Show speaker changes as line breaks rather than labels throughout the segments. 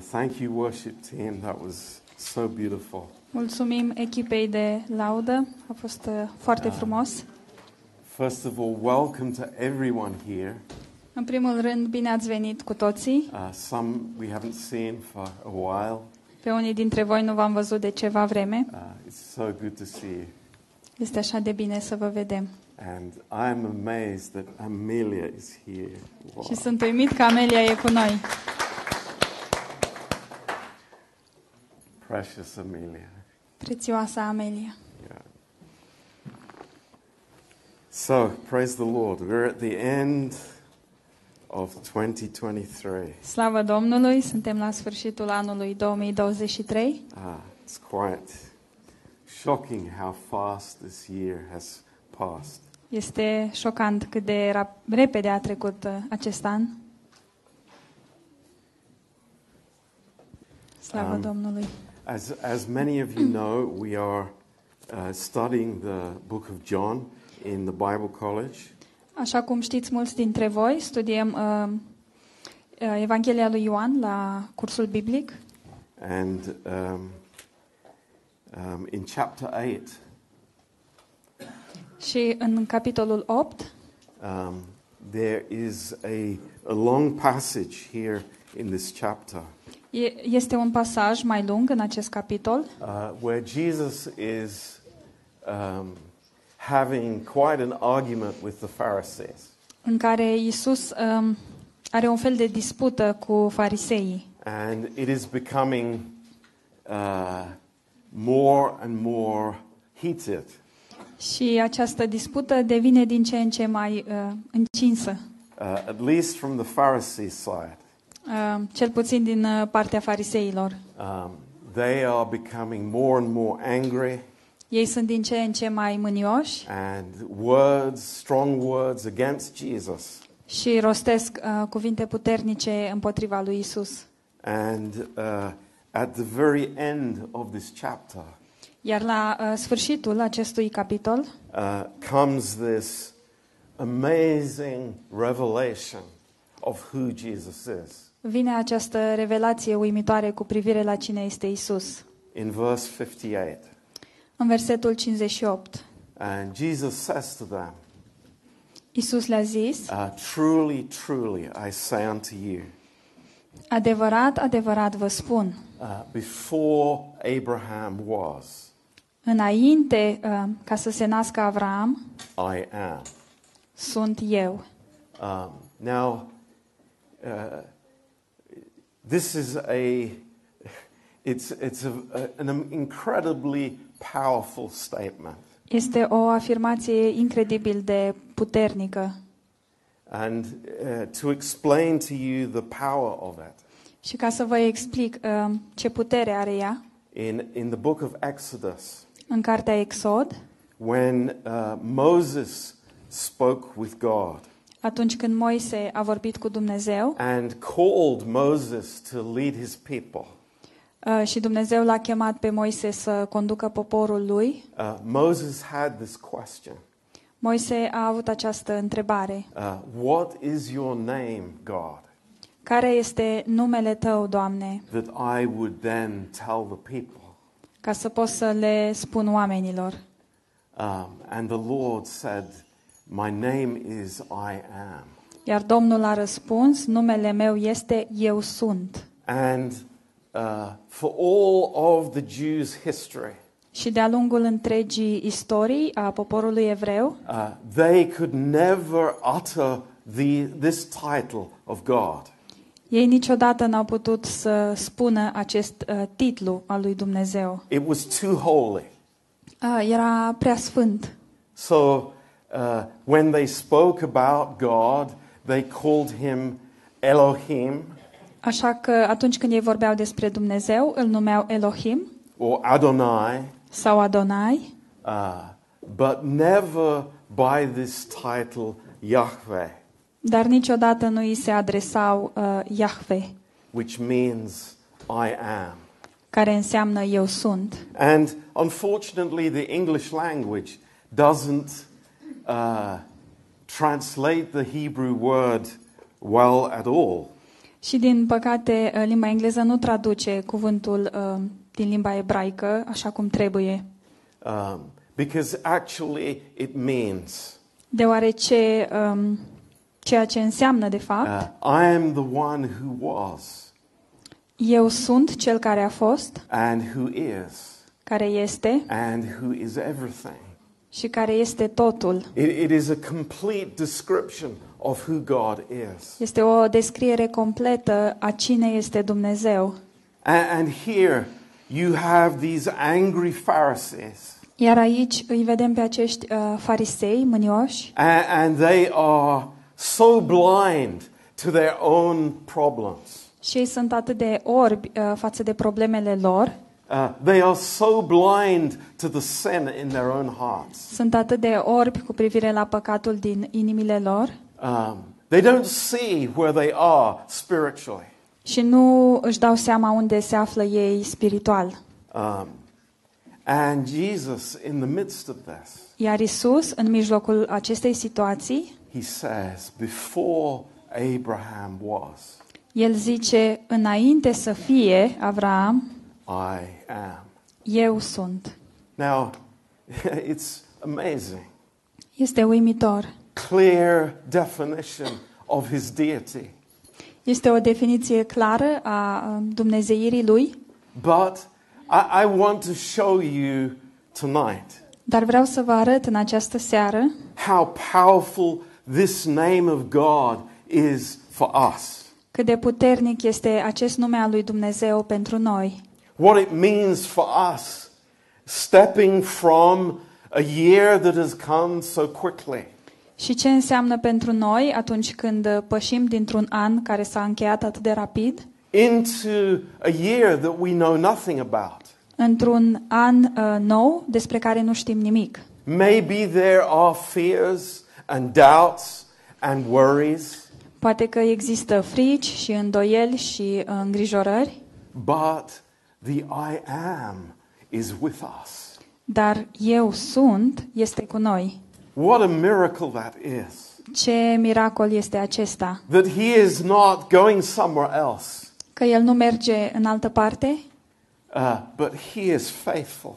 Thank you, worship team. That was so beautiful.
Mulțumim echipei de laudă, a fost uh, foarte frumos.
First of all, welcome to everyone here.
În primul rând, bine ați venit cu toții.
Uh, some we haven't seen for a while.
Pe unii dintre voi nu v-am văzut de ceva vreme.
Uh, it's so good to see you.
Este așa de bine să vă vedem.
And I'm amazed that Amelia is here. Wow.
Și sunt uimit că Amelia e cu noi.
Precious Amelia.
Prețioasa Amelia.
Yeah. So, praise the Lord. We're at the end of 2023.
Slavă Domnului, suntem la sfârșitul anului 2023.
Ah, it's quite shocking how fast this year has passed.
Este șocant cât de rap- repede a trecut uh, acest an. Slavă
Am-
Domnului!
As, as many of you know, we are uh, studying the book of John in the Bible College.
Așa cum știți mulți dintre voi, studiem uh, uh, Evanghelia lui Ioan la cursul biblic
And um, um, in chapter 8,
și în capitolul 8
um, there is a, a long passage here in this chapter
e- este un pasaj mai lung în acest capitol
uh, where Jesus is um, having quite an argument with the Pharisees.
în care Isus um, are un fel de dispută cu fariseii
And it is becoming uh, more and more heated.
și această dispută devine din ce în ce mai uh, încinsă,
uh, at least from the Pharisee side.
uh, cel puțin din uh, partea fariseilor.
Um, they are becoming more and more angry,
Ei sunt din ce în ce mai mânioși
and words, strong words against Jesus.
și rostesc uh, cuvinte puternice împotriva lui Isus.
And uh, at the very end of this chapter
Iar la uh, sfârșitul acestui capitol
uh, comes this amazing revelation of who Jesus is.
vine această revelație uimitoare cu privire la cine este Isus.
In verse 58,
În versetul 58,
and Jesus says to them,
Isus le-a zis,
uh, Truly, truly, I say unto you,
adevărat, adevărat vă spun,
uh, before Abraham was,
înainte uh, ca să se nască Avram,
I am.
sunt eu.
Um, now, uh, this is a it's it's a, a- an incredibly powerful statement,
Este o afirmație incredibil de puternică
and uh, to explain to you the power of it.
și ca să vă explic uh, ce putere are ea,
In in the book of Exodus,
în cartea Exod,
when uh, Moses spoke with God
atunci când Moise a vorbit cu Dumnezeu,
and called Moses to lead his people.
Uh, Și Dumnezeu l-a chemat pe Moise să conducă poporul lui.
Uh, Moses had this question
Moise a avut această întrebare.
uh, What is your name, God?
Care este numele tău, Doamne,
That I would then tell the people.
ca să pot să le spun oamenilor?
Um, and the Lord said, My name is I am.
Iar Domnul a răspuns, numele meu este Eu sunt.
And uh, for all of the Jews' history,
Și de-a lungul întregii istorii a poporului evreu,
uh, they could never utter the, this title of God.
ei niciodată n-au putut să spună acest uh, titlu al lui Dumnezeu.
It was too holy.
Uh, era prea sfânt.
So uh, when they spoke about God, they called him Elohim
Așa că atunci când ei vorbeau despre Dumnezeu, îl numeau Elohim
or Adonai,
sau Adonai,
uh, but never by this title Yahweh,
dar niciodată nu îi se adresau uh, Yahweh,
which means I am.
care înseamnă eu sunt.
And unfortunately, the English language doesn't uh, translate the Hebrew word well at all.
Și din păcate uh, limba engleză nu traduce cuvântul uh, din limba ebraică așa cum trebuie,
um, because actually it means
deoarece um, ceea ce înseamnă de fapt,
uh, I am the one who was
eu sunt cel care a fost,
and who is
care este
and who is everything.
și care este totul.
It, it is a complete description of who God is.
Este o descriere completă a cine este Dumnezeu.
A- And, here you have these angry Pharisees,
Iar aici îi vedem pe acești uh, farisei mânioși
a- and they are so blind to their own problems.
și ei sunt atât de orbi uh, față de problemele lor,
Uh, they are so blind to the sin in their own hearts.
sunt atât de orbi cu privire la păcatul din inimile lor
Um, they don't see where they are spiritually.
și nu își dau seama unde se află ei spiritual.
Um, and Jesus, in the midst of this,
Iar Isus, în mijlocul acestei situații,
He says, Before Abraham was,
el zice, înainte să fie Avram,
I am.
eu sunt.
Now, it's amazing.
Este uimitor.
Clear definition of his deity.
Este o definiție clară a um, dumnezeirii lui,
But I, I want to show you tonight
dar vreau să vă arăt în această seară
how powerful this name of God is for us.
cât de puternic este acest nume al lui Dumnezeu pentru noi.
What it means for us stepping from a year that has come so quickly
Și ce înseamnă pentru noi atunci când uh, pășim dintr-un an care s-a încheiat atât de rapid,
into a year that we know nothing about.
într-un an uh, nou despre care nu știm nimic.
Maybe there are fears and doubts and worries,
Poate că există frici și îndoieli și uh, îngrijorări,
but the I am is with us.
dar eu sunt este cu noi.
What a miracle that is!
Ce miracol este acesta?
That he is not going somewhere else,
Că el nu merge în altă parte,
uh, but he is faithful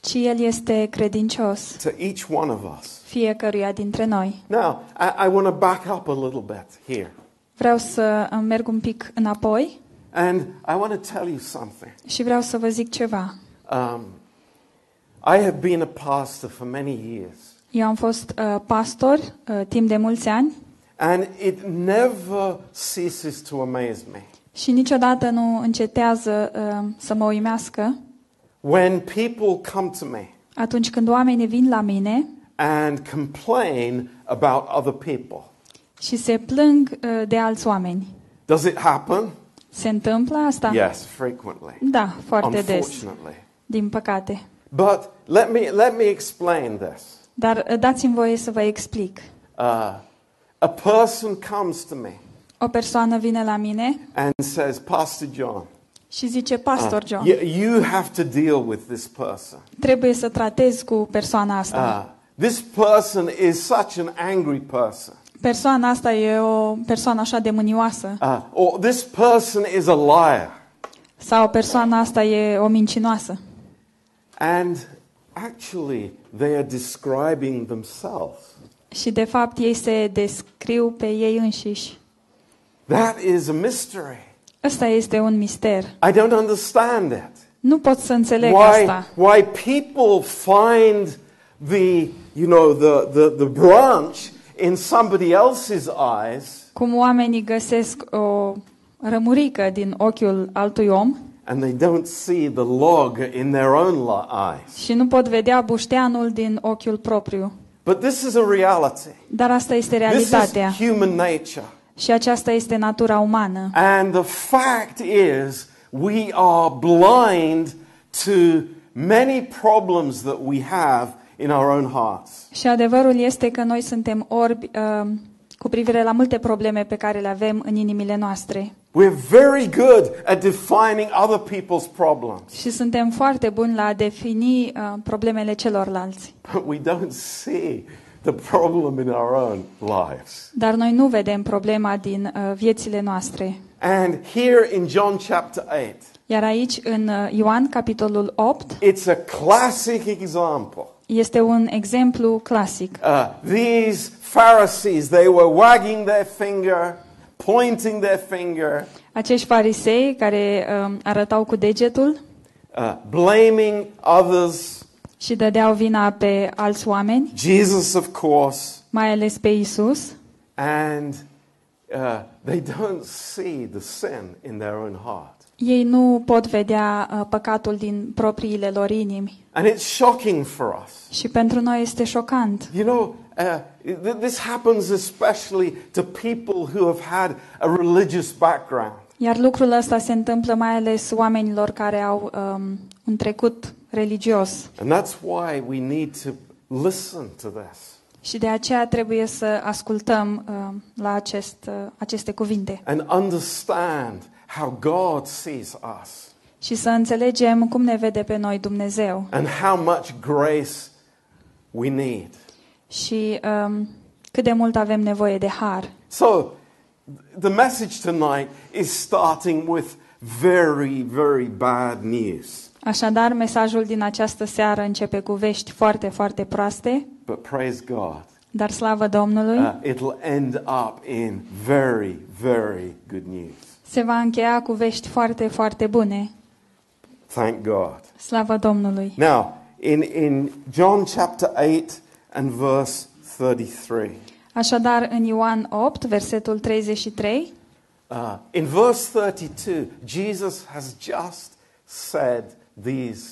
ci el este credincios
to each one of us.
fiecăruia dintre noi.
Now, I, I want to back up a little bit here,
Vreau să uh, merg un pic înapoi
and I want to tell you something.
și vreau să vă zic ceva.
Um, I have been a pastor for many years.
Eu am fost uh, pastor uh, timp de mulți ani
And it never ceases to amaze me
și niciodată nu încetează uh, să mă uimească
when people come to me
atunci când oamenii vin la mine
and complain about other people.
și se plâng uh, de alți oameni.
Does it happen?
Se întâmplă asta?
Yes, frequently.
Da, foarte des,
Unfortunately.
din păcate.
But let me, let me explain this.
Dar uh, dați-mi voie să vă explic.
Uh, a person comes to me
O persoană vine la mine
and says, Pastor John,
și zice,
uh,
Pastor John,
you, you have to deal with this person.
trebuie să tratez cu persoana asta.
Uh, this person is such an angry person.
Persoana asta e o persoană așa de mânioasă.
Uh, or this person is a liar.
Sau persoana asta e o mincinoasă.
And actually, they are describing themselves.
Și de fapt ei se descriu pe ei înșiși.
That is a mystery.
Ăsta este un mister.
I don't understand it.
Nu pot să înțeleg
Why,
asta.
why people find the, you know, the, the, the branch in somebody else's eyes
Cum oamenii găsesc o rămurică din ochiul altui om
and they don't see the log in their own li- eyes.
și nu pot vedea bușteanul din ochiul propriu.
But this is a reality.
Dar asta este
This
realitatea
is human nature.
și aceasta este natura umană.
And the fact is, we are blind to many problems that we have in our own hearts.
Și adevărul este că noi suntem orbi uh, cu privire la multe probleme pe care le avem în inimile noastre.
We're very good at defining other people's problems,
Și suntem foarte buni la a defini uh, problemele celorlalți.
but we don't see the problem in our own lives.
Dar noi nu vedem problema din uh, viețile noastre.
And here in John chapter 8,
Iar aici, în uh, Ioan, capitolul 8,
it's a classic example.
este un exemplu clasic.
Uh, these Pharisees, they were wagging their finger, pointing their finger,
Acești farisei care um, arătau cu degetul
uh, blaming others.
și dădeau vina pe alți oameni,
Jesus, of course,
mai ales pe Isus,
and uh, they don't see the sin in their own heart.
ei nu pot vedea uh, păcatul din propriile lor inimi.
And it's shocking for us.
Și pentru noi este șocant.
You know, uh, th- this happens especially to people who have had a religious background.
Iar lucrul ăsta se întâmplă mai ales oamenilor care au um, un trecut religios.
And that's why we need to listen to this.
Și de aceea trebuie să ascultăm um, la acest, uh, aceste cuvinte
and understand how God sees us
și să înțelegem cum ne vede pe noi Dumnezeu
and how much grace we need.
și um, cât de mult avem nevoie de har.
So, th- the message tonight is starting with very, very bad news.
Așadar, mesajul din această seară începe cu vești foarte, foarte proaste,
But praise God,
dar slavă Domnului,
uh, it'll end up in very, very good news.
se va încheia cu vești foarte, foarte bune.
Thank God.
Slavă Domnului!
Now, in, in John chapter 8 and verse 33,
Așadar, în Ioan 8, versetul 33,
Uh, in verse 32, Jesus has just said these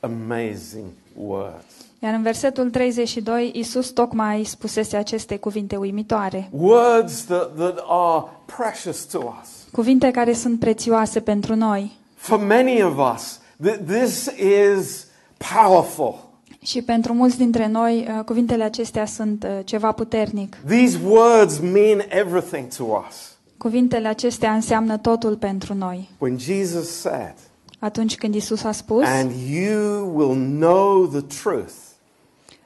amazing words.
iar în versetul 32, Iisus tocmai spusese aceste cuvinte uimitoare,
Words that, that are precious to us.
cuvinte care sunt prețioase pentru noi.
For many of us, th- this is powerful.
Și pentru mulți dintre noi, uh, cuvintele acestea sunt uh, ceva puternic.
These words mean everything to us.
Cuvintele acestea înseamnă totul pentru noi.
When Jesus said,
Atunci când Isus a spus,
And you will know the truth,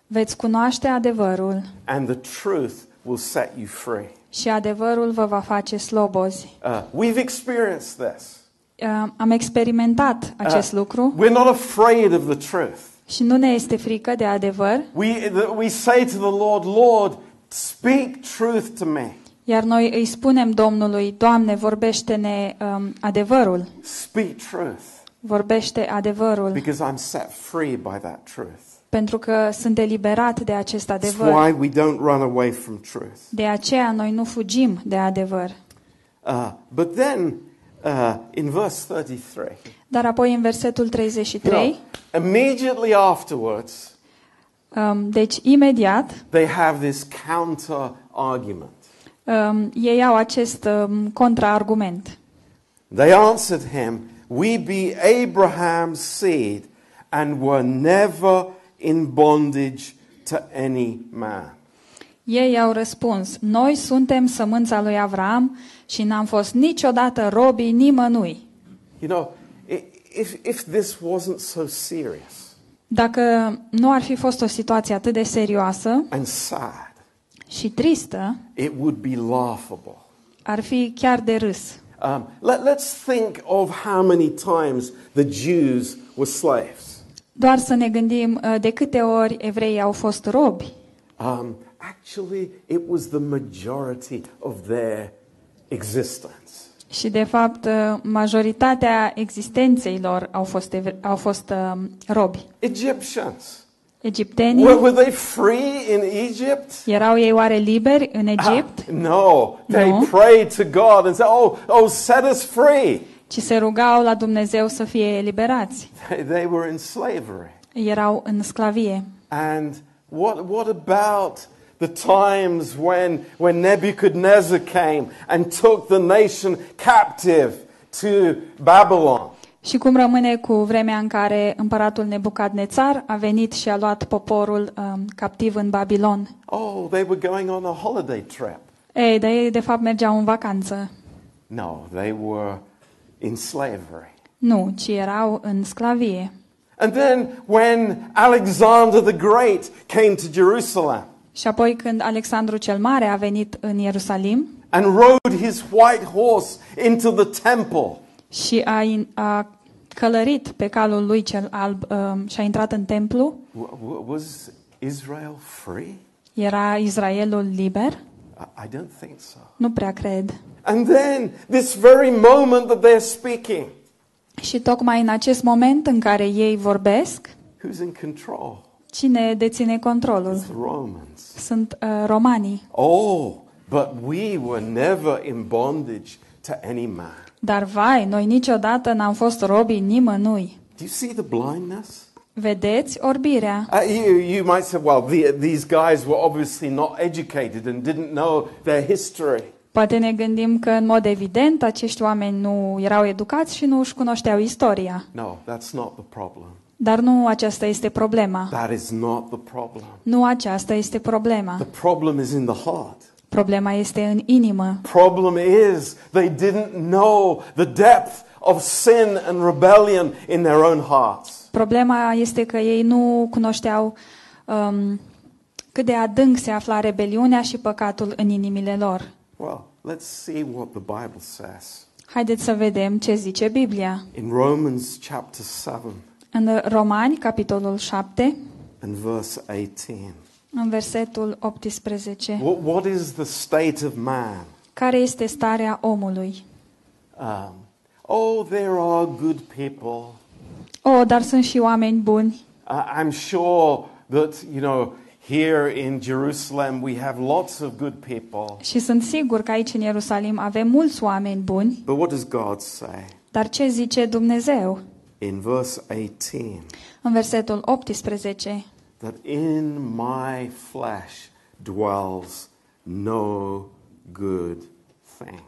veți cunoaște adevărul
and the truth will set you free.
și adevărul vă va face slobozi.
Uh, we've experienced this.
Uh, Am experimentat acest lucru
We're not afraid of the truth.
și nu ne este frică de adevăr,
We, that we say to the Lord, Lord, speak truth to me.
iar noi îi spunem Domnului, Doamne, vorbește-ne um, adevărul,
Speak truth,
vorbește adevărul,
because I'm set free by that truth.
pentru că sunt eliberat de acest
That's
adevăr.
why we don't run away from truth.
De aceea noi nu fugim de adevăr.
Uh, but then, uh, in verse 33,
Dar apoi în versetul
you know,
33,
immediately afterwards,
um, deci imediat,
they have this counter argument.
um, ei au acest um, contraargument.
They answered him, We be Abraham's seed and were never in bondage to any man.
Ei au răspuns, noi suntem sămânța lui Avram și n-am fost niciodată robii nimănui.
You know, i- if, if this wasn't so serious
Dacă nu ar fi fost o situație atât de serioasă
and sad,
și tristă,
it would be laughable.
ar fi chiar de râs.
Um, let, let's think of how many times the Jews were slaves.
Doar să ne gândim uh, de câte ori evreii au fost robi.
Um, actually, it was the majority of their existence.
Și, de fapt, uh, majoritatea existenței lor au fost, evre- au fost uh, robi.
Egyptians. Were,
Egiptenii,
were they free in Egypt?
erau ei oare liberi în Egipt,
Ah, no. They
No.
prayed to God and said, Oh, oh, set us free.
ci se rugau la Dumnezeu să fie eliberați.
They- they were in slavery.
erau în sclavie.
And what, what about the times when, when Nebuchadnezzar came and took the nation captive to Babylon?
Și cum rămâne cu vremea în care împăratul Nebucadnețar a venit și a luat poporul um, captiv în Babilon?
Oh, they were going on a holiday trip.
Ei, dar ei de fapt mergeau în vacanță.
No, they were in slavery.
Nu, ci erau în sclavie.
And then when Alexander the Great came to Jerusalem,
Și apoi când Alexandru cel Mare a venit în Ierusalim,
and rode his white horse into the temple.
și a, in- a călărit pe calul lui cel alb um, și a intrat în templu.
W- w- was Israel free?
Era Israelul liber?
I- I don't think so.
Nu prea cred.
And then, this very moment that they're speaking,
Și tocmai în acest moment în care ei vorbesc,
who's in control?
cine deține controlul?
The Romans.
Sunt uh, romanii.
Oh, but we were never in bondage to any man.
Dar vai, noi niciodată n-am fost robi nimănui.
Do you see the blindness?
Vedeți orbirea.
Uh, you, you might say, well, the, these guys were obviously not educated and didn't know their history.
Poate ne gândim că, în mod evident, acești oameni nu erau educați și nu își cunoșteau istoria.
No, that's not the problem.
Dar nu aceasta este problema.
That is not the problem.
Nu aceasta este
The
problema.
problem is in the heart.
Problema este în inimă.
Problem is they didn't know the depth of sin and rebellion in their own hearts.
Problema este că ei nu cunoșteau um, cât de adânc se afla rebeliunea și păcatul în inimile lor.
Well, let's see what the Bible says.
Haideți să vedem ce zice Biblia.
In Romans chapter 7
În Romani, capitolul 7,
and verse 18.
în versetul 18.
What, what is the state of man?
Care este starea omului?
Um, oh, there are good people.
O, dar sunt și oameni buni.
Uh, I'm sure that, you know, here in Jerusalem we have lots of good people.
Și sunt sigur că aici în Ierusalim avem mulți oameni buni,
But what does God say?
dar ce zice Dumnezeu?
In verse 18,
În versetul 18,
that in my flesh dwells no good thing.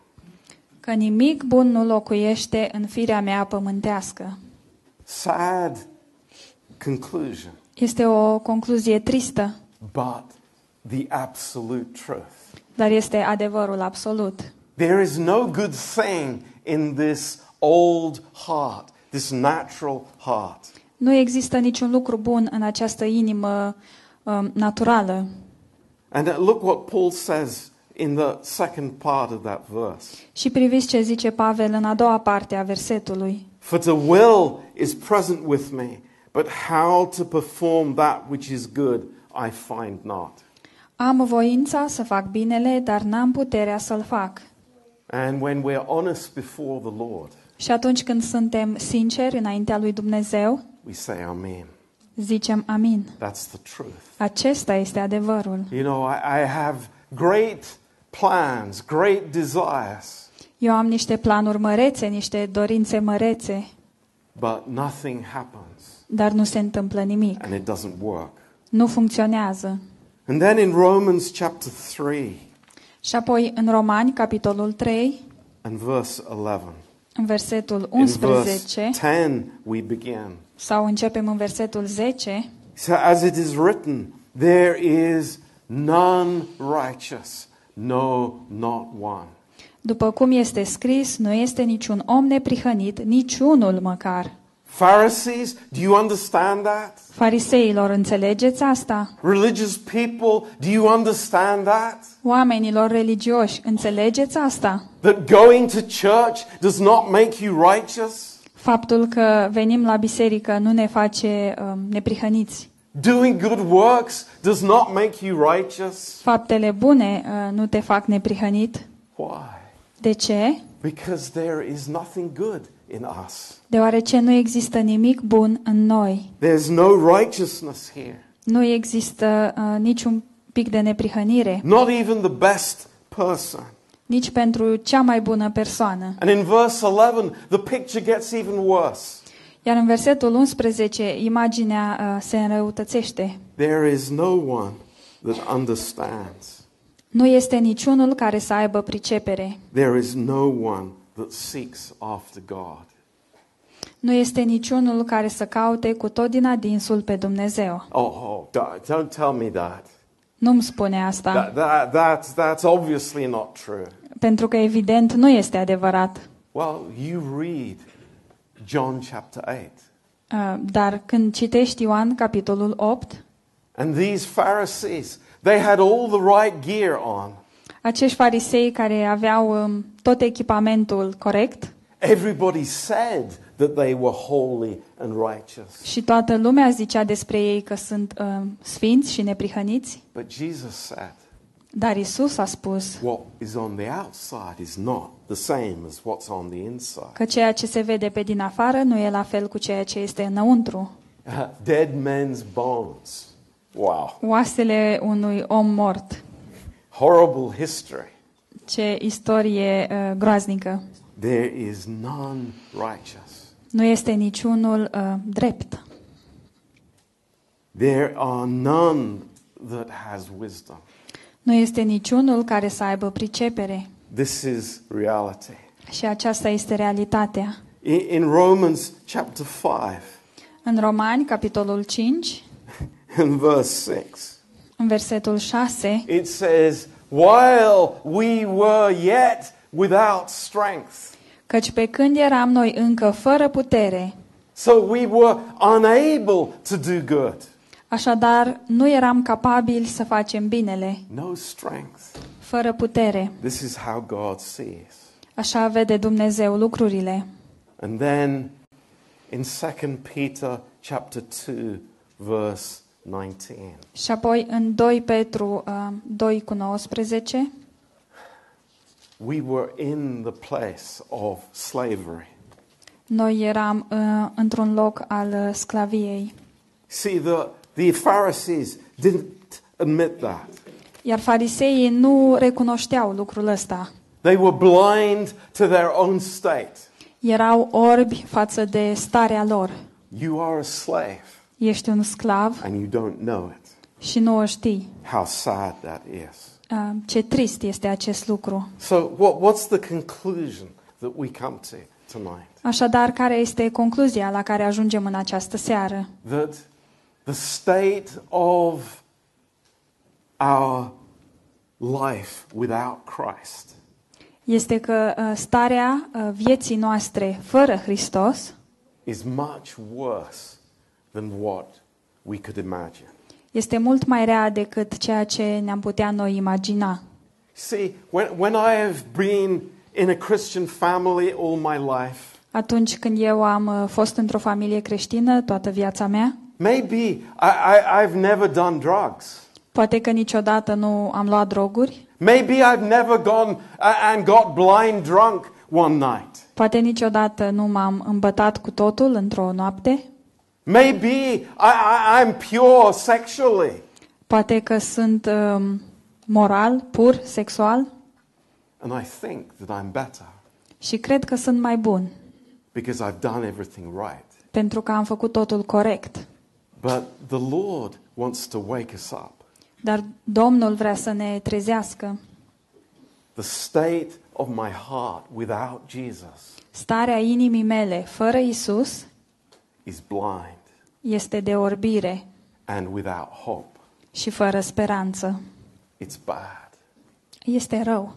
că nimic bun nu locuiește în firea mea pământească.
Sad conclusion,
Este o concluzie tristă,
but the absolute truth.
dar este adevărul absolut.
There is no good thing in this old heart, this natural heart.
Nu există niciun lucru bun în această inimă um, naturală.
And uh, look what Paul says in the second part of that verse.
Și priviți ce zice Pavel în a doua parte a versetului.
For to will is present with me, but how to perform that which is good I find not.
Am voința să fac binele, dar n-am puterea să-l fac.
And when we're honest before the Lord,
Și atunci când suntem sinceri înaintea lui Dumnezeu,
we say Amen.
zicem amin.
That's the truth.
Acesta este adevărul.
You know, I, I have great plans, great desires,
Eu am niște planuri mărețe, niște dorințe mărețe,
but nothing happens
dar nu se întâmplă nimic.
and it doesn't work.
Nu funcționează.
And then in Romans chapter 3
Și apoi în Romani, capitolul 3,
and verse 11.
în versetul
In verse
11,
10 we begin.
sau începem în versetul 10,
So as it is written, there is none righteous, no not one.
după cum este scris, nu este niciun om neprihănit, niciunul măcar.
Pharisees, do you understand that?
Fariseilor, înțelegeți asta?
Religious people, do you understand that?
Oamenilor religioși, înțelegeți asta?
That going to church does not make you righteous?
Faptul că venim la biserică nu ne face um, neprihăniți.
Doing good works does not make you righteous?
Faptele bune uh, nu te fac neprihănit.
Why?
De ce?
Because there is nothing good in us.
Deoarece nu există nimic bun în noi.
There's no righteousness here.
Nu există uh, niciun pic de neprihănire,
not even the best person.
nici pentru cea mai bună persoană.
And in verse 11, the picture gets even worse.
Iar în versetul 11, imaginea uh, se înrăutățește.
There is no one that understands,
Nu este niciunul care să aibă pricepere.
there is no one that seeks after God.
Nu este niciunul care să caute cu tot din adinsul pe Dumnezeu.
Oh, oh don't, don't tell me that.
Nu-mi spune asta,
That, that that's, that's obviously not true.
pentru că evident nu este adevărat.
Well, you read John chapter 8.
Uh, Dar când citești Ioan, capitolul 8,
And these Pharisees, they had all the right gear on.
Acești farisei care aveau um, tot echipamentul corect
Everybody said that they were holy and righteous.
și toată lumea zicea despre ei că sunt um, sfinți și neprihăniți,
But Jesus said,
dar Isus a spus
what is on the outside is not the same as what's on the inside.
că ceea ce se vede pe din afară nu e la fel cu ceea ce este înăuntru.
Dead men's bones. Wow.
Oasele unui om mort.
Horrible history.
Ce istorie uh, groaznică.
There is none righteous.
Nu este niciunul uh, drept.
There are none that has wisdom.
Nu este niciunul care să aibă pricepere.
This is reality.
Și aceasta este realitatea.
I- In Romans chapter 5
În Romani, capitolul 5,
and verse 6,
în versetul 6,
it says, While we were yet without strength,
căci pe când eram noi încă fără putere,
so we were unable to do good.
așadar nu eram capabili să facem binele,
No strength.
fără putere.
This is how God sees.
Așa vede Dumnezeu lucrurile.
And then in 2 Peter chapter 2 verse 19.
Și apoi în 2 Petru uh, 2 cu 19,
We were in the place of slavery.
noi eram uh, într-un loc al uh, sclaviei.
See the the Pharisees didn't admit that.
Iar fariseii nu recunoșteau lucrul ăsta.
They were blind to their own state.
Erau orbi față de starea lor.
You are a slave
Ești un sclav
and you don't know it.
și nu o știi.
How sad that is.
Uh, Ce trist este acest lucru.
So what, what's the conclusion that we come to tonight?
Așadar, care este concluzia la care ajungem în această seară?
that the state of our life without Christ
Este că uh, starea uh, vieții noastre fără Hristos
is much worse than what we could imagine.
este mult mai rea decât ceea ce ne-am putea noi imagina.
See, when, when I have been in a Christian family all my life,
Atunci când eu am uh, fost într-o familie creștină toată viața mea,
maybe I, I, I've never done drugs.
poate că niciodată nu am luat droguri,
Maybe I've never gone uh, and got blind drunk one night.
poate niciodată nu m-am îmbătat cu totul într-o noapte,
Maybe I, I, I'm pure sexually.
Poate că sunt um, moral, pur, sexual
And I think that I'm better
și cred că sunt mai bun,
because I've done everything right.
pentru că am făcut totul corect.
But the Lord wants to wake us up.
Dar Domnul vrea să ne trezească.
The state of my heart without Jesus
Starea inimii mele fără Isus
is blind
este de orbire
and without hope.
și fără speranță.
It's bad.
Este rău.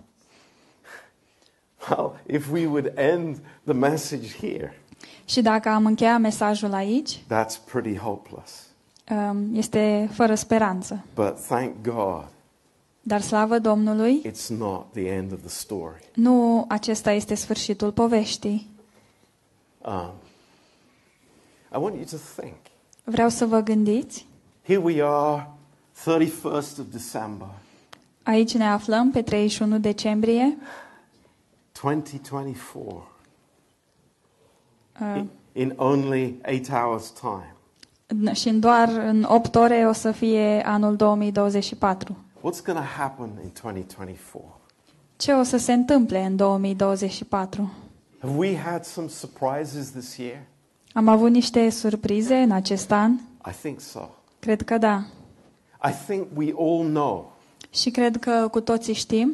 Well, if we would end the message here,
Și dacă am încheiat mesajul aici,
that's pretty hopeless.
um, este fără speranță.
But thank God,
Dar slavă Domnului,
it's not the end of the story.
nu acesta este sfârșitul poveștii.
Um, I want you to think.
Vreau să vă gândiți
Here we are, 31st of December,
Aici ne aflăm pe 31 decembrie
2024.
uh,
in, in only eight hours' time.
n- și în doar în 8 ore o să fie anul 2024.
What's going to happen in 2024?
Ce o să se întâmple în 2024?
Have we had some surprises this year?
Am avut niște surprize în acest an?
I think so.
Cred că da.
I think we all know,
Și cred că cu toții știm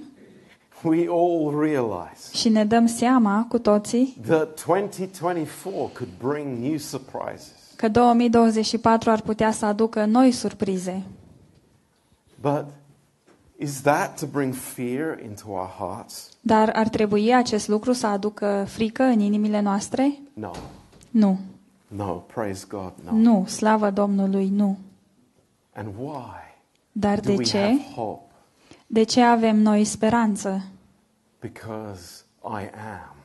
we all realize
și ne dăm seama cu toții
that 2024 could bring new surprises.
că 2024 ar putea să aducă noi surprize.
But is that to bring fear into our hearts?
Dar ar trebui acest lucru să aducă frică în inimile noastre?
No.
Nu.
No, praise God, no.
Nu, slavă Domnului, nu.
And why
Dar
do
de
we
ce?
have hope?
De ce avem noi speranță?
Because I am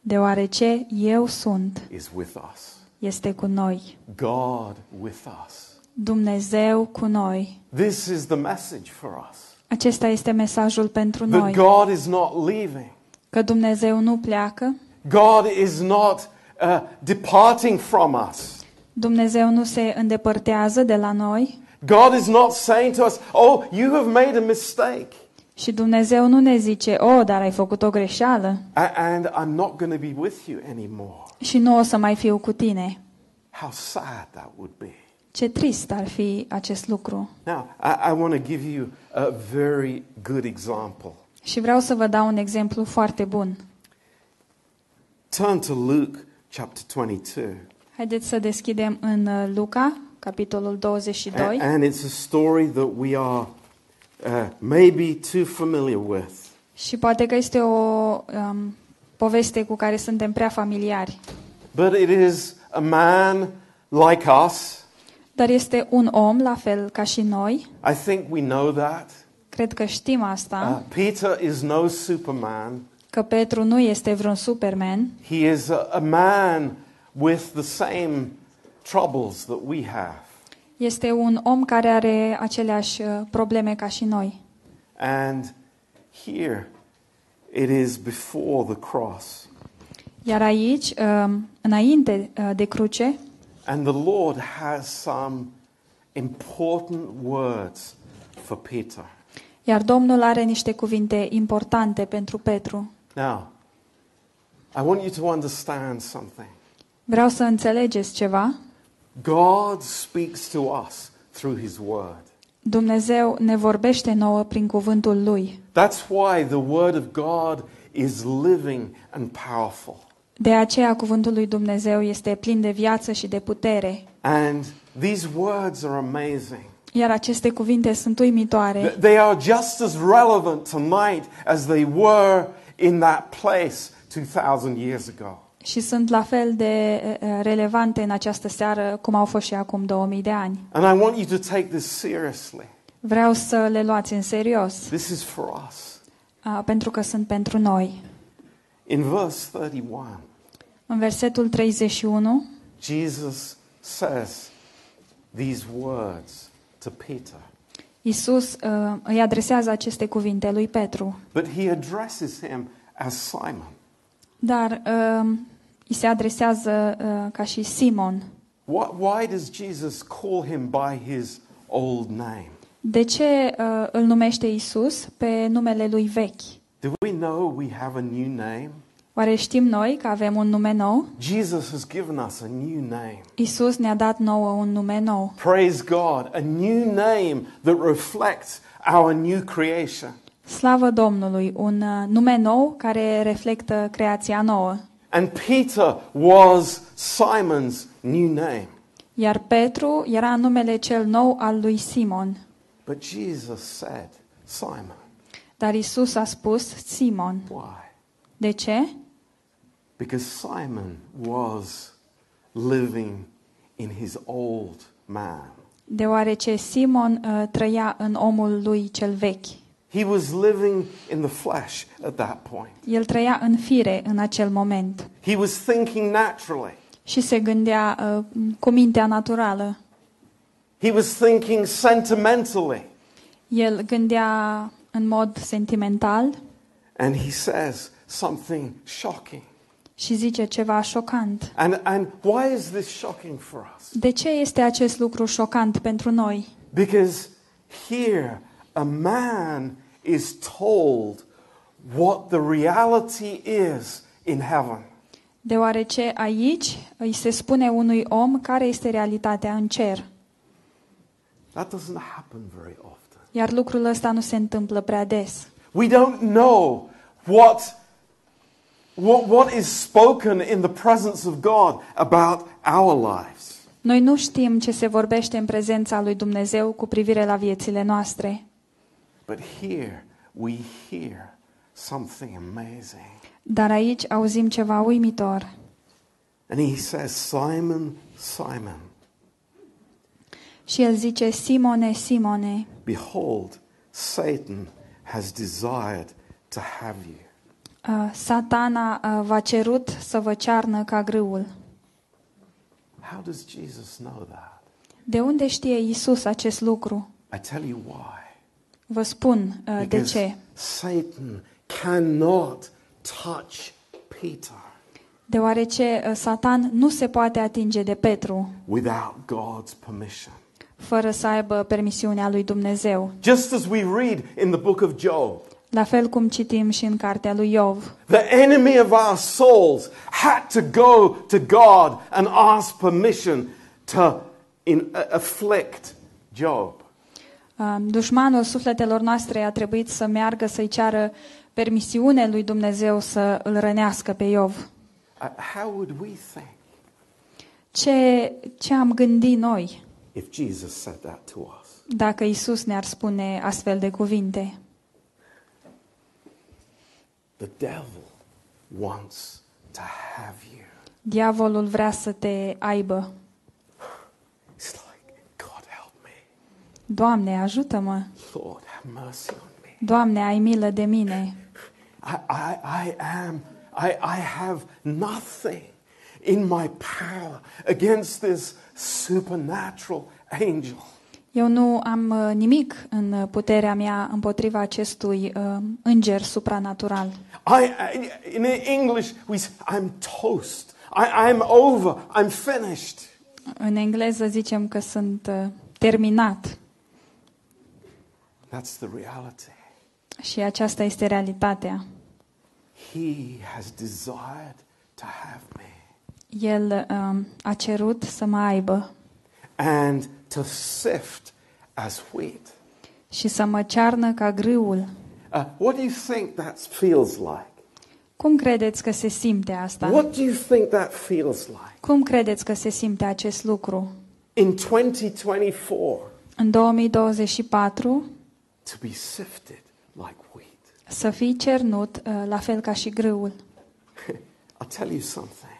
Deoarece eu sunt,
is with us.
este cu noi.
God with us.
Dumnezeu cu noi.
This is the message for us.
Acesta este mesajul pentru
That
noi.
God is not leaving.
Că Dumnezeu nu pleacă,
God is not uh, departing from us.
Dumnezeu nu se îndepărtează de la noi
God is not saying to us, Oh, you have made a mistake
și Dumnezeu nu ne zice, o, dar ai făcut o greșeală
a- and I'm not going to be with you anymore.
și nu o să mai fiu cu tine.
How sad that would be.
Ce trist ar fi acest lucru.
Now, I, I want to give you a very good example.
Și vreau să vă dau un exemplu foarte bun.
Turn to Luke chapter 22.
Haideți să deschidem în uh, Luca, capitolul
A-
22.
And, it's a story that we are uh, maybe too familiar with.
Și poate că este o um, poveste cu care suntem prea familiari,
But it is a man like us.
dar este un om, la fel ca și noi.
I think we know that.
Cred că știm asta,
Uh, Peter is no Superman.
că Petru nu este vreun Superman,
He is a, a man with the same troubles that we have.
este un om care are aceleași uh, probleme ca și noi.
And here it is before the cross.
Iar aici, um, înainte uh, de cruce,
And the Lord has some important words for Peter.
iar Domnul are niște cuvinte importante pentru Petru.
Now, I want you to understand something.
Vreau să înțelegeți ceva.
God speaks to us through his word.
Dumnezeu ne vorbește nouă prin cuvântul Lui.
That's why the word of God is living and powerful.
De aceea cuvântul lui Dumnezeu este plin de viață și de putere.
And these words are amazing.
Iar aceste cuvinte sunt uimitoare.
Th- They are just as relevant tonight as they were in that place 2,000 years ago.
Și sunt la fel de uh, relevante în această seară cum au fost și acum 2000 de ani.
And I want you to take this seriously.
Vreau să le luați în serios,
This is for us.
uh, pentru că sunt pentru noi.
In verse 31,
În versetul 31,
Jesus says these words to Peter,
Isus uh, îi adresează aceste cuvinte lui Petru,
but he addresses him as Simon.
dar uh, îi se adresează uh, ca și Simon.
Why, why does Jesus call him by his old name?
De ce uh, îl numește Isus pe numele lui vechi?
Do we know we have a new name?
Oare știm noi că avem un nume nou?
Jesus has given us a new name.
Isus ne-a dat nouă un nume nou.
Praise God, a new name that reflects our new creation.
Slavă Domnului, un uh, nume nou care reflectă creația nouă.
And Peter was Simon's new name.
Iar Petru era numele cel nou al lui Simon.
But Jesus said, Simon,
Dar Isus a spus Simon.
why?
De ce?
Because Simon was living in his old man.
Deoarece Simon uh, trăia în omul lui cel vechi.
He was living in the flesh at that point.
El trăia în fire în acel moment
He was thinking naturally.
și se gândea uh, cu mintea naturală.
He was thinking sentimentally.
El gândea în mod sentimental
And he says something shocking.
și zice ceva șocant.
And, and why is this shocking for us?
De ce este acest lucru șocant pentru noi?
Because here a man is told what the reality is in heaven.
Deoarece aici îi se spune unui om care este realitatea în cer.
That doesn't happen very often.
Iar lucrul ăsta nu se întâmplă prea des.
We don't know what, what, what is spoken in the presence of God about our lives.
Noi nu știm ce se vorbește în prezența lui Dumnezeu cu privire la viețile noastre,
But here we hear something amazing.
dar aici auzim ceva uimitor.
And he says, Simon, Simon,
Și el zice, Simone, Simone,
behold, Satan has desired to have you.
Uh, Satana uh, v-a cerut să vă cearnă ca grâul.
How does Jesus know that?
De unde știe Isus acest lucru?
I tell you why.
Vă spun uh, de
Because
ce.
Satan cannot touch Peter
Deoarece uh, Satan nu se poate atinge de Petru
without God's permission.
fără să aibă permisiunea lui Dumnezeu.
Just as we read in the book of Job,
La fel cum citim și în cartea lui Iov.
the enemy of our souls had to go to God and ask permission to in, uh, afflict Job.
Uh, Dușmanul sufletelor noastre a trebuit să meargă să-i ceară permisiune lui Dumnezeu să îl rănească pe Iov.
Uh, how would we think
Ce, ce am gândit noi
if Jesus said that to us?
dacă Isus ne-ar spune astfel de cuvinte?
The devil wants to have you.
Diavolul vrea să te aibă.
It's like, God help me.
Doamne, ajută-mă!
Lord, have mercy on me.
Doamne, ai milă de mine!
I, I, I am, I, I have nothing in my power against this supernatural angel.
Eu nu am uh, nimic în uh, puterea mea împotriva acestui uh, înger supranatural.
I, I- in English, we, s- I'm toast. I, I'm over. I'm finished.
În engleză zicem că sunt uh, terminat
That's the reality.
și aceasta este realitatea.
He has desired to have me
El uh, a cerut să mă aibă
and to sift as wheat.
și să mă cearnă ca grâul.
Uh, what do you think that feels like?
Cum credeți că se simte asta?
What do you think that feels like?
Cum credeți că se simte acest lucru?
in 2024
În 2024
to be sifted like wheat.
să fii cernut uh, la fel ca și grâul.
I'll tell you something,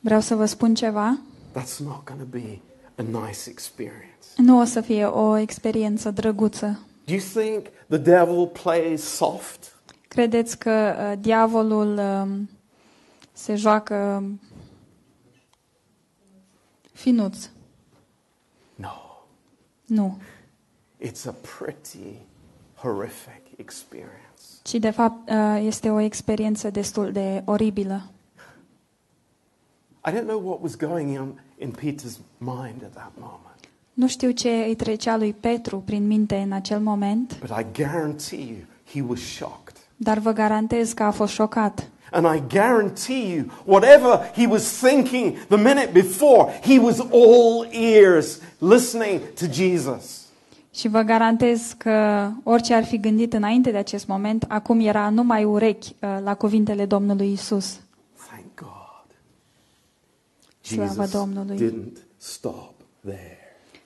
Vreau să vă spun ceva?
that's not going to be a nice experience.
Nu o să fie o experiență drăguță.
Do you think the devil plays soft?
Credeți că uh, diavolul um, se joacă finuț?
No,
Nu.
it's a pretty horrific experience.
Ci, de fapt, uh, este o experiență destul de oribilă.
I don't know what was going on in Peter's mind at that moment,
Nu știu ce îi trecea lui Petru prin minte în acel moment,
but I guarantee you he was shocked.
dar vă garantez că a fost șocat.
And I guarantee you, whatever he was thinking the minute before, he was all ears listening to Jesus.
Și vă garantez că orice ar fi gândit înainte de acest moment, acum era numai urechi uh, la cuvintele Domnului Isus.
Thank God.
Slava
Jesus
Domnului.
didn't stop there.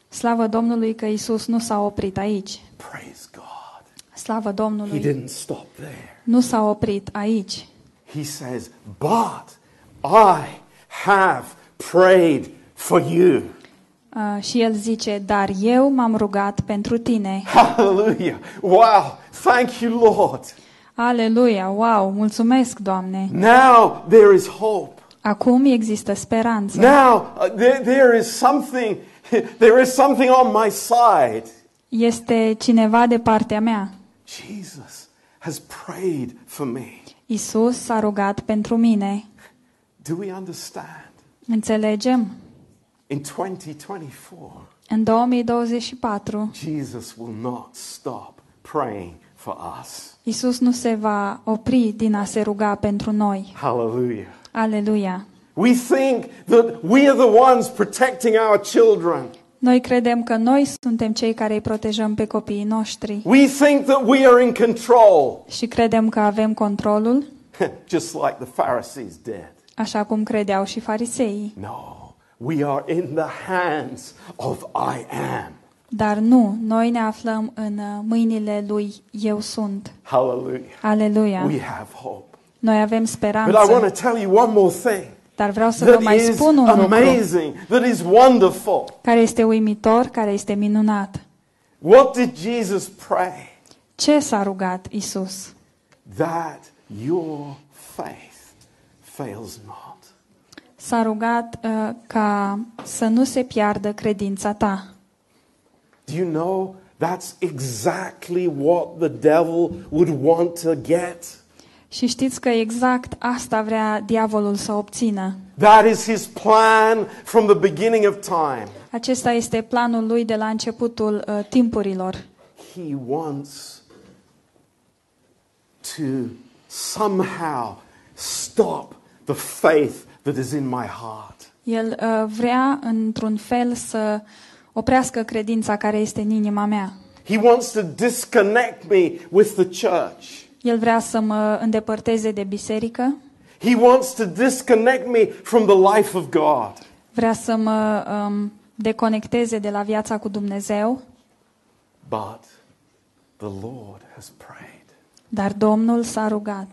Slavă Domnului că Isus nu s-a oprit aici.
Praise God.
Slavă
He
Domnului.
didn't stop there.
Nu s-a oprit aici.
He says, But I have prayed for you.
Uh, și el zice, dar eu m-am rugat pentru tine.
Hallelujah. Wow. Thank you, Lord.
Aleluia, wow, mulțumesc, Doamne.
Now there is hope.
Acum există speranță.
Now uh, there, there is something there is something on my side.
Este cineva de partea mea.
Jesus has prayed for me.
Isus s-a rugat pentru mine.
Do we understand?
Înțelegem?
In 2024,
În 2024,
Jesus will not stop praying for us.
Isus nu se va opri din a se ruga pentru noi.
Hallelujah.
Aleluia.
We think that we are the ones protecting our children.
Noi credem că noi suntem cei care îi protejăm pe copiii noștri
We think that we are in control,
și credem că avem controlul,
just like the Pharisees did.
așa cum credeau și fariseii.
No, we are in the hands of I am.
Dar nu, noi ne aflăm în uh, mâinile lui Eu sunt.
Hallelujah.
Aleluia.
We have hope.
Noi avem
But I want
speranță.
to tell you one more thing
Dar vreau să vă
that
mai
is
spun un lucru
amazing, that is wonderful.
care este uimitor, care este minunat.
What did Jesus pray?
Ce s-a rugat Isus?
That your faith fails not.
S-a rugat uh, ca să nu se piardă credința ta.
Do you know that's exactly what the devil would want to get?
Și știți că exact asta vrea diavolul să obțină.
That is his plan from the beginning of time.
Acesta este planul lui de la începutul uh, timpurilor.
He wants to somehow stop the faith that is in my heart.
El uh, vrea într-un fel să oprească credința care este în inima mea.
He wants to disconnect me with the church.
El vrea să mă îndepărteze de biserică,
He wants to disconnect me from the life of God.
vrea să mă um, deconecteze de la viața cu Dumnezeu,
But the Lord has prayed.
dar Domnul s-a rugat.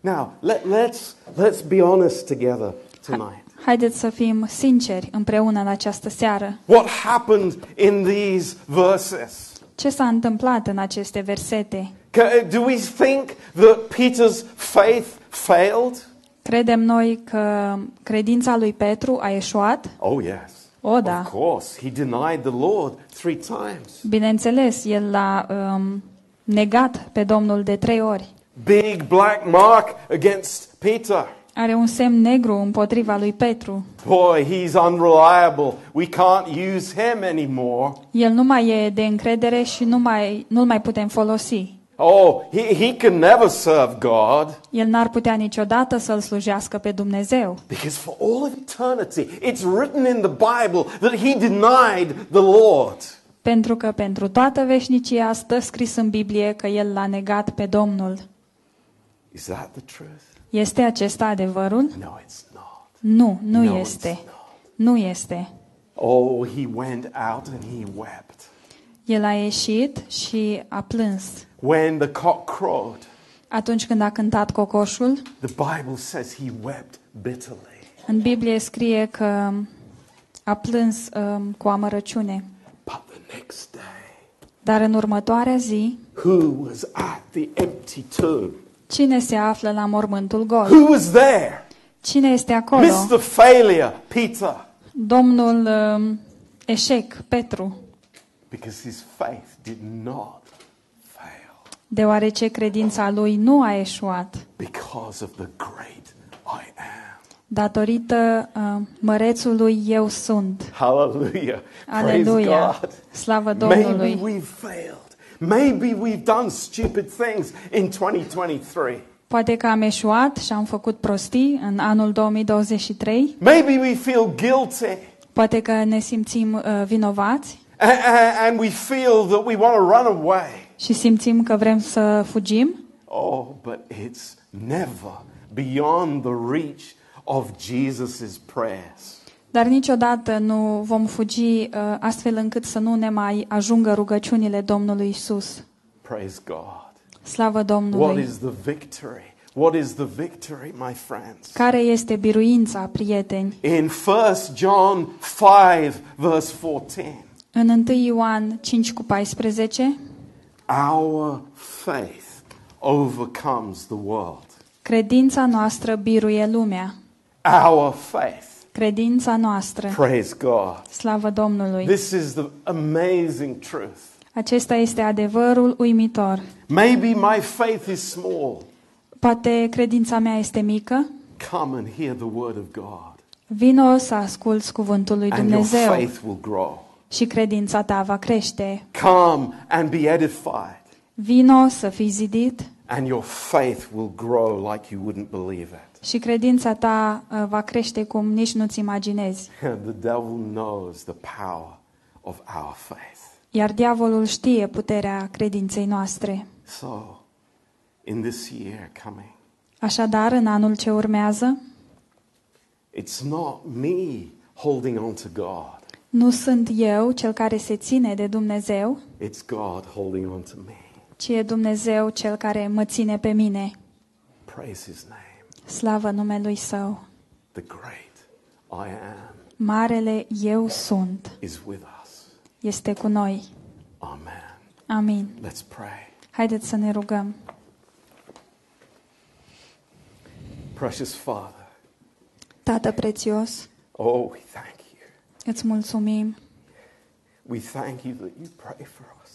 Now, let, let's, let's be honest together tonight.
Haideți să fim sinceri împreună în această seară.
What happened in these verses?
Ce s-a întâmplat în aceste versete?
Ca- eh, Do we think that Peter's faith failed?
Credem noi că credința lui Petru a eșuat?
Oh, yes.
O, da.
Of course. He denied the Lord three times.
Bineînțeles, el l-a um, negat pe Domnul de trei ori.
Big black mark against Peter.
Are un semn negru împotriva lui Petru.
Boy, he's unreliable. We can't use him anymore.
El nu mai e de încredere și nu mai, nu-l mai putem folosi.
Oh, he, he can never serve God
El n-ar putea niciodată să-L slujească pe Dumnezeu,
because for all of eternity it's written in the Bible that he denied the Lord.
pentru că pentru toată veșnicia stă scris în Biblie că El l-a negat pe Domnul.
Is that the truth?
Este acesta adevărul?
No, it's not.
Nu, nu
No,
este.
it's not.
Nu este.
Oh, he went out and he wept.
El a ieșit și a plâns.
When the cock crowed,
Atunci când a cântat cocoșul,
the Bible says he wept bitterly.
în Biblie scrie că a plâns um, cu amărăciune.
But the next day,
Dar în următoarea zi,
who was at the empty tomb?
cine se află la mormântul gol?
Who was there?
Cine este acolo?
Mr. Failure, Peter,
Domnul um, Eșec, Petru,
because his faith did not fail
deoarece credința lui nu a eșuat,
because of the great I am.
datorită uh, mărețului eu sunt.
Hallelujah. Praise
Aleluia!
God.
Slavă
Maybe
Domnului!
we've failed. Maybe we've done stupid things in 2023.
Poate că am eșuat și am făcut prostii în anul 2023,
Maybe we feel guilty
poate că ne simțim uh, vinovați
a- a- and we feel that we want to run away.
și simțim că vrem să fugim,
Oh, but it's never beyond the reach of Jesus' prayers.
dar niciodată nu vom fugi uh, astfel încât să nu ne mai ajungă rugăciunile Domnului Isus.
Praise God.
Slavă
What
Domnului!
is the victory? What is the victory, my friends?
Care este biruința, prieteni?
In 1 John 5, verse 14,
În 1 Ioan 5 cu 14,
our faith overcomes the world.
credința noastră biruie lumea.
Our faith.
Credința noastră.
Praise God.
Slavă Domnului.
This is the amazing truth.
Acesta este adevărul uimitor.
Maybe my faith is small.
Poate credința mea este mică?
Come and hear the word of God,
Vino să asculți cuvântul lui
and your
Dumnezeu
faith will grow.
și credința ta va crește.
Come and be edified,
Vino să fii zidit
and your faith will grow like you wouldn't believe it.
și credința ta uh, va crește cum nici nu-ți imaginezi.
the devil knows the power of our faith.
Iar diavolul știe puterea credinței noastre.
So, in this year coming,
Așadar, în anul ce urmează,
it's not me holding on to God,
Nu sunt eu cel care se ține de Dumnezeu,
it's God holding on to me.
ci e Dumnezeu cel care mă ține pe mine.
Praise his name,
Slavă numelui Său!
the great I am
Marele eu sunt,
is with us.
este cu noi.
Amen.
Amin.
Let's pray.
Haideți să ne rugăm.
Precious Father,
Tată prețios,
oh, we thank you.
îți mulțumim.
We thank you that you pray for us.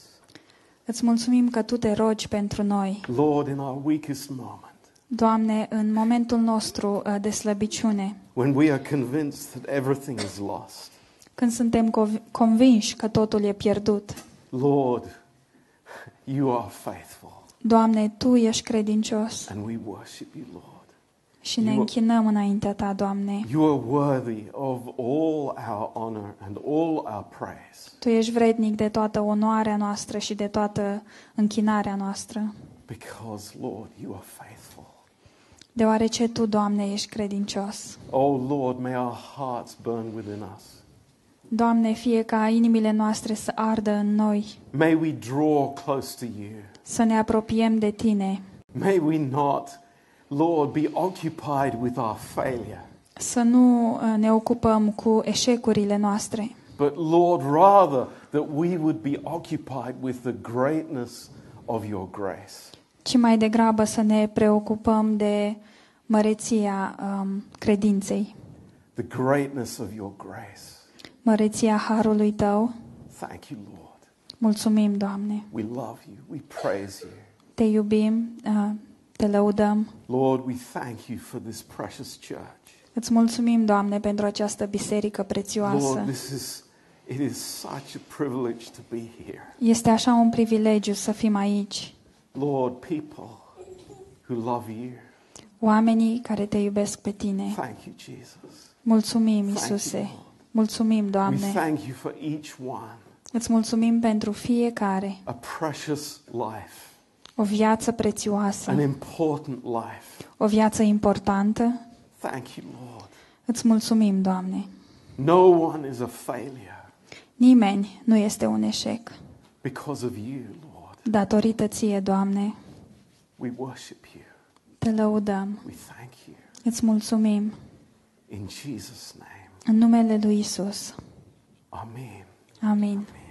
Îți mulțumim că Tu te rogi pentru noi.
Lord, in our weakest moment,
Doamne, în momentul nostru uh, de slăbiciune,
when we are convinced that everything is lost,
când suntem cov- convinși că totul e pierdut,
Lord, you are faithful
Doamne, Tu ești credincios
and we worship you, Lord.
și ne
Eu-
închinăm înaintea Ta, Doamne.
You are worthy of all our honor and all our praise
Tu ești vrednic de toată onoarea noastră și de toată închinarea noastră,
because, Lord, you are faithful.
deoarece Tu, Doamne, ești credincios.
Oh, Lord, may our hearts burn within us.
Doamne, fie ca inimile noastre să ardă în noi,
May we draw close to you.
să ne apropiem de Tine,
May we not, Lord, be occupied with our failure,
să nu uh, ne ocupăm cu eșecurile noastre,
but, Lord, rather that we would be occupied with the greatness of your grace.
ci mai degrabă să ne preocupăm de măreția um, credinței,
The greatness of your grace.
măreția harului Tău.
Thank you, Lord.
Mulțumim, Doamne!
We love you. We praise you.
Te iubim, uh, te lăudăm.
Lord, we thank you for this precious church.
Îți mulțumim, Doamne, pentru această biserică prețioasă.
Lord, this is it is such a privilege to be here.
Este așa un privilegiu să fim aici.
Lord, people who love you.
Oamenii care te iubesc pe tine.
Thank you, Jesus.
Mulțumim,
Thank you,
Isuse.
Lord.
Mulțumim,
We
Doamne.
thank you for each one,
Îți mulțumim pentru fiecare.
a precious life,
O viață
an
prețioasă,
important life.
o viață importantă.
Thank you, Lord.
Îți mulțumim, Doamne.
No one is a failure
Nimeni nu este un eșec.
because of you, Lord.
Datorită ție, Doamne,
We worship you.
te lăudăm.
We thank you.
Îți mulțumim.
In Jesus' name.
În numele lui Isus.
Amen.
Amin.
Amen.